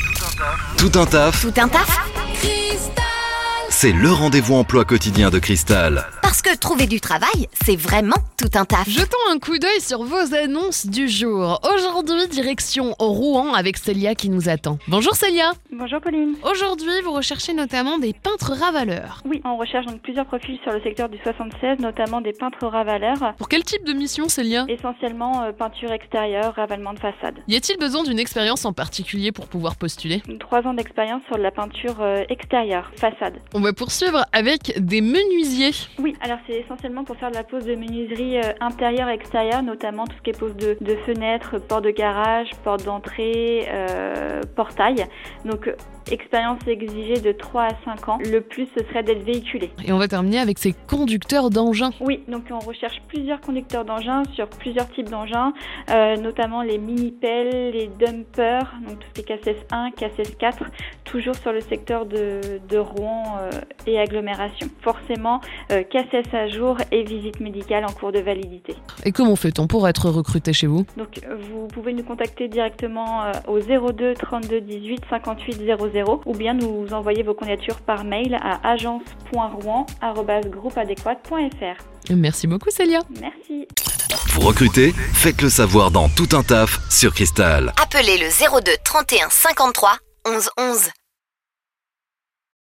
Tout un taf, Tout un taf c'est le rendez-vous emploi quotidien de Cristal. Parce que trouver du travail, c'est vraiment tout un taf. Jetons un coup d'œil sur vos annonces du jour. Aujourd'hui, direction Rouen avec Célia qui nous attend. Bonjour Célia. Bonjour Pauline. Aujourd'hui, vous recherchez notamment des peintres ravaleurs. Oui, on recherche donc plusieurs profils sur le secteur du 76, notamment des peintres ravaleurs, Pour quel type de mission, Célia essentiellement euh, peinture extérieure, ravalement de façade. Y a-t-il besoin d'une expérience en particulier pour pouvoir postuler Trois ans d'expérience sur de la peinture euh, extérieure, façade. On va poursuivre avec des menuisiers. Oui, alors c'est essentiellement pour faire de la pose de menuiserie euh, intérieure et extérieure, notamment tout ce qui est pose de, de fenêtres, porte de garage, porte d'entrée, euh, portail. Donc euh, expérience exigée de 3 à 5 ans. Le plus, ce serait d'être véhiculé. Et on va terminer avec ces conducteurs d'engins. Oui, donc on recherche plusieurs conducteurs d'engins sur plusieurs types d'engins, euh, notamment les mini-pelles, les dumpers, donc tout ce qui est KCS1, KCS4, toujours sur le secteur de, de Rouen euh, et agglomération. Forcément, euh, KCS à jour et visite médicale en cours de validité. Et comment fait-on pour être recruté chez vous Donc euh, vous pouvez nous contacter directement euh, au 02 32 18 58 00 ou bien nous envoyer vos candidatures par mail à agence.rouen@groupeadéquate.fr. Merci beaucoup Célia. Merci. Vous recrutez Faites le savoir dans Tout un taf sur Cristal. Appelez le 02 31 53 11 11.